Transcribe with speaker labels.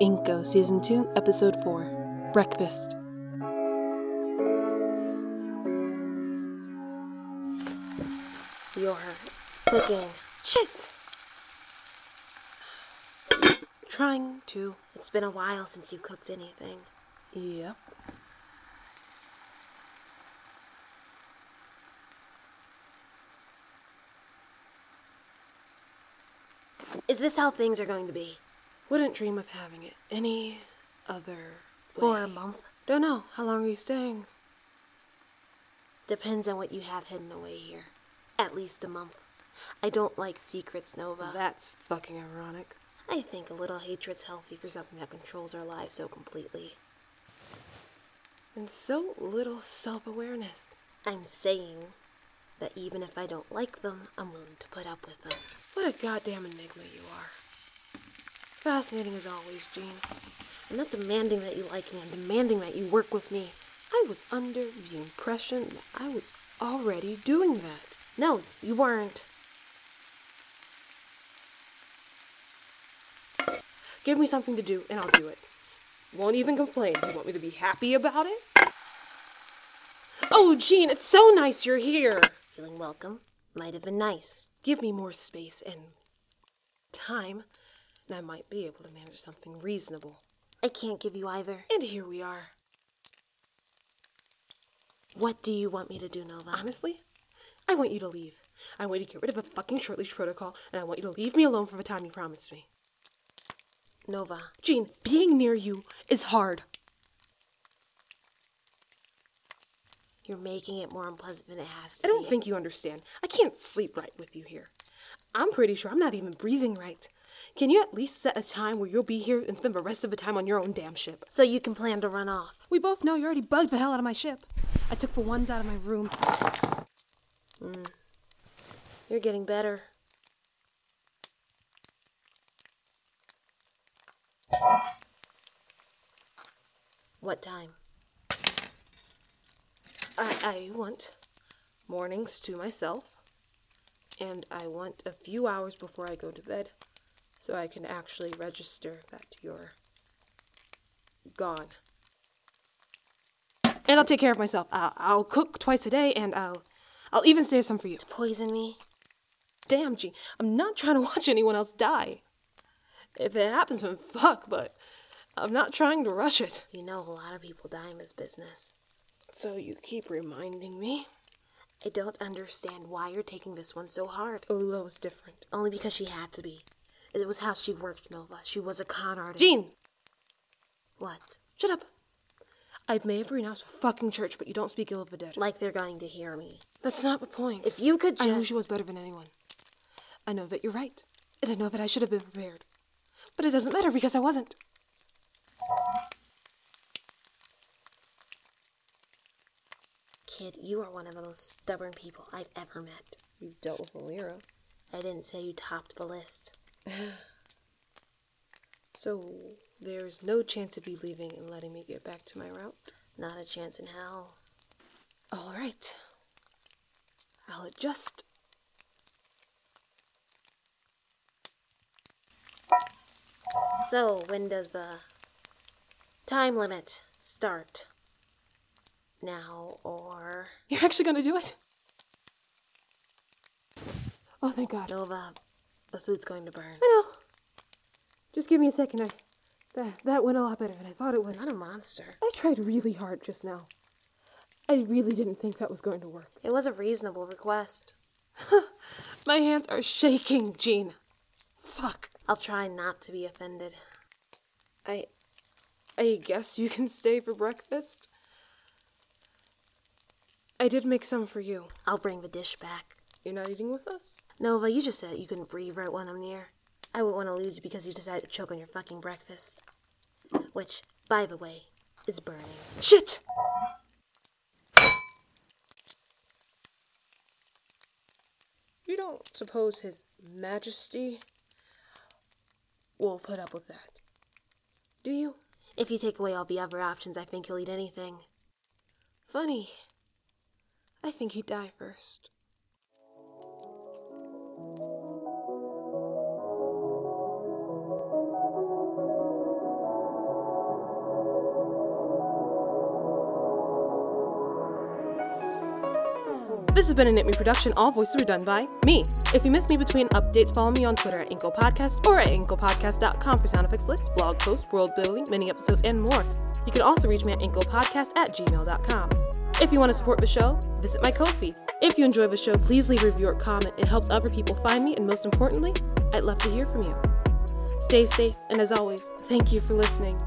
Speaker 1: Inko, Season 2, Episode 4 Breakfast. You're freaking shit! Trying to.
Speaker 2: It's been a while since you cooked anything.
Speaker 1: Yep.
Speaker 2: Is this how things are going to be?
Speaker 1: Wouldn't dream of having it any other way.
Speaker 2: For a month?
Speaker 1: Don't know. How long are you staying?
Speaker 2: Depends on what you have hidden away here. At least a month. I don't like secrets, Nova.
Speaker 1: That's fucking ironic.
Speaker 2: I think a little hatred's healthy for something that controls our lives so completely.
Speaker 1: And so little self awareness.
Speaker 2: I'm saying that even if I don't like them, I'm willing to put up with them.
Speaker 1: What a goddamn enigma you are. Fascinating as always, Jean.
Speaker 2: I'm not demanding that you like me, I'm demanding that you work with me.
Speaker 1: I was under the impression that I was already doing that.
Speaker 2: No, you weren't.
Speaker 1: Give me something to do and I'll do it. Won't even complain. You want me to be happy about it? Oh, Jean, it's so nice you're here.
Speaker 2: Feeling welcome? Might have been nice.
Speaker 1: Give me more space and time, and I might be able to manage something reasonable.
Speaker 2: I can't give you either.
Speaker 1: And here we are.
Speaker 2: What do you want me to do, Nova?
Speaker 1: Honestly, I want you to leave. I want you to get rid of the fucking shortleash protocol, and I want you to leave me alone for the time you promised me.
Speaker 2: Nova,
Speaker 1: Jean, being near you is hard.
Speaker 2: you're making it more unpleasant than it has to
Speaker 1: I don't
Speaker 2: be.
Speaker 1: think you understand. I can't sleep right with you here. I'm pretty sure I'm not even breathing right. Can you at least set a time where you'll be here and spend the rest of the time on your own damn ship?
Speaker 2: So you can plan to run off.
Speaker 1: We both know you already bugged the hell out of my ship. I took the ones out of my room.
Speaker 2: You're getting better. What time?
Speaker 1: I, I want mornings to myself, and I want a few hours before I go to bed so I can actually register that you're gone. And I'll take care of myself. I'll, I'll cook twice a day, and I'll, I'll even save some for you.
Speaker 2: Poison me?
Speaker 1: Damn, G, I'm not trying to watch anyone else die. If it happens, then fuck, but I'm not trying to rush it.
Speaker 2: You know a lot of people die in this business.
Speaker 1: So you keep reminding me?
Speaker 2: I don't understand why you're taking this one so hard.
Speaker 1: Olo is different.
Speaker 2: Only because she had to be. It was how she worked, Nova. She was a con artist.
Speaker 1: Jean,
Speaker 2: What?
Speaker 1: shut up. I may have renounced the fucking church, but you don't speak ill of the dead.
Speaker 2: Like they're going to hear me.
Speaker 1: That's not the point.
Speaker 2: If you could
Speaker 1: I know
Speaker 2: just-
Speaker 1: she was better than anyone. I know that you're right. And I know that I should have been prepared. But it doesn't matter because I wasn't.
Speaker 2: Kid, you are one of the most stubborn people I've ever met.
Speaker 1: You've dealt with Valero.
Speaker 2: I didn't say you topped the list.
Speaker 1: So there's no chance of you leaving and letting me get back to my route?
Speaker 2: Not a chance in hell.
Speaker 1: All right. I'll adjust.
Speaker 2: So, when does the time limit start? Now or
Speaker 1: You're actually gonna do it? Oh, thank God.
Speaker 2: Nova? The food's going to burn.
Speaker 1: I know. Just give me a second. I that that went a lot better than I thought it would.
Speaker 2: I'm not a monster.
Speaker 1: I tried really hard just now. I really didn't think that was going to work.
Speaker 2: It was a reasonable request.
Speaker 1: My hands are shaking, Jean. Fuck.
Speaker 2: I'll try not to be offended.
Speaker 1: I I guess you can stay for breakfast. I did make some for you.
Speaker 2: I'll bring the dish back.
Speaker 1: You're not eating with us?
Speaker 2: Nova, you just said you couldn't breathe right when I'm near. I would want to lose you because you decided to choke on your fucking breakfast. Which, by the way, is burning.
Speaker 1: Shit! You don't suppose His Majesty will put up with that, do you?
Speaker 2: If you take away all the other options, I think he'll eat anything.
Speaker 1: Funny. I think he'd die first. This has been a Knit Me production. All voices were done by me. If you miss me between updates, follow me on Twitter at Inkle Podcast or at InklePodcast.com for sound effects lists, blog posts, world building, mini episodes, and more. You can also reach me at InklePodcast at gmail.com. If you want to support the show, visit my Ko-fi. If you enjoy the show, please leave a review or comment. It helps other people find me, and most importantly, I'd love to hear from you. Stay safe, and as always, thank you for listening.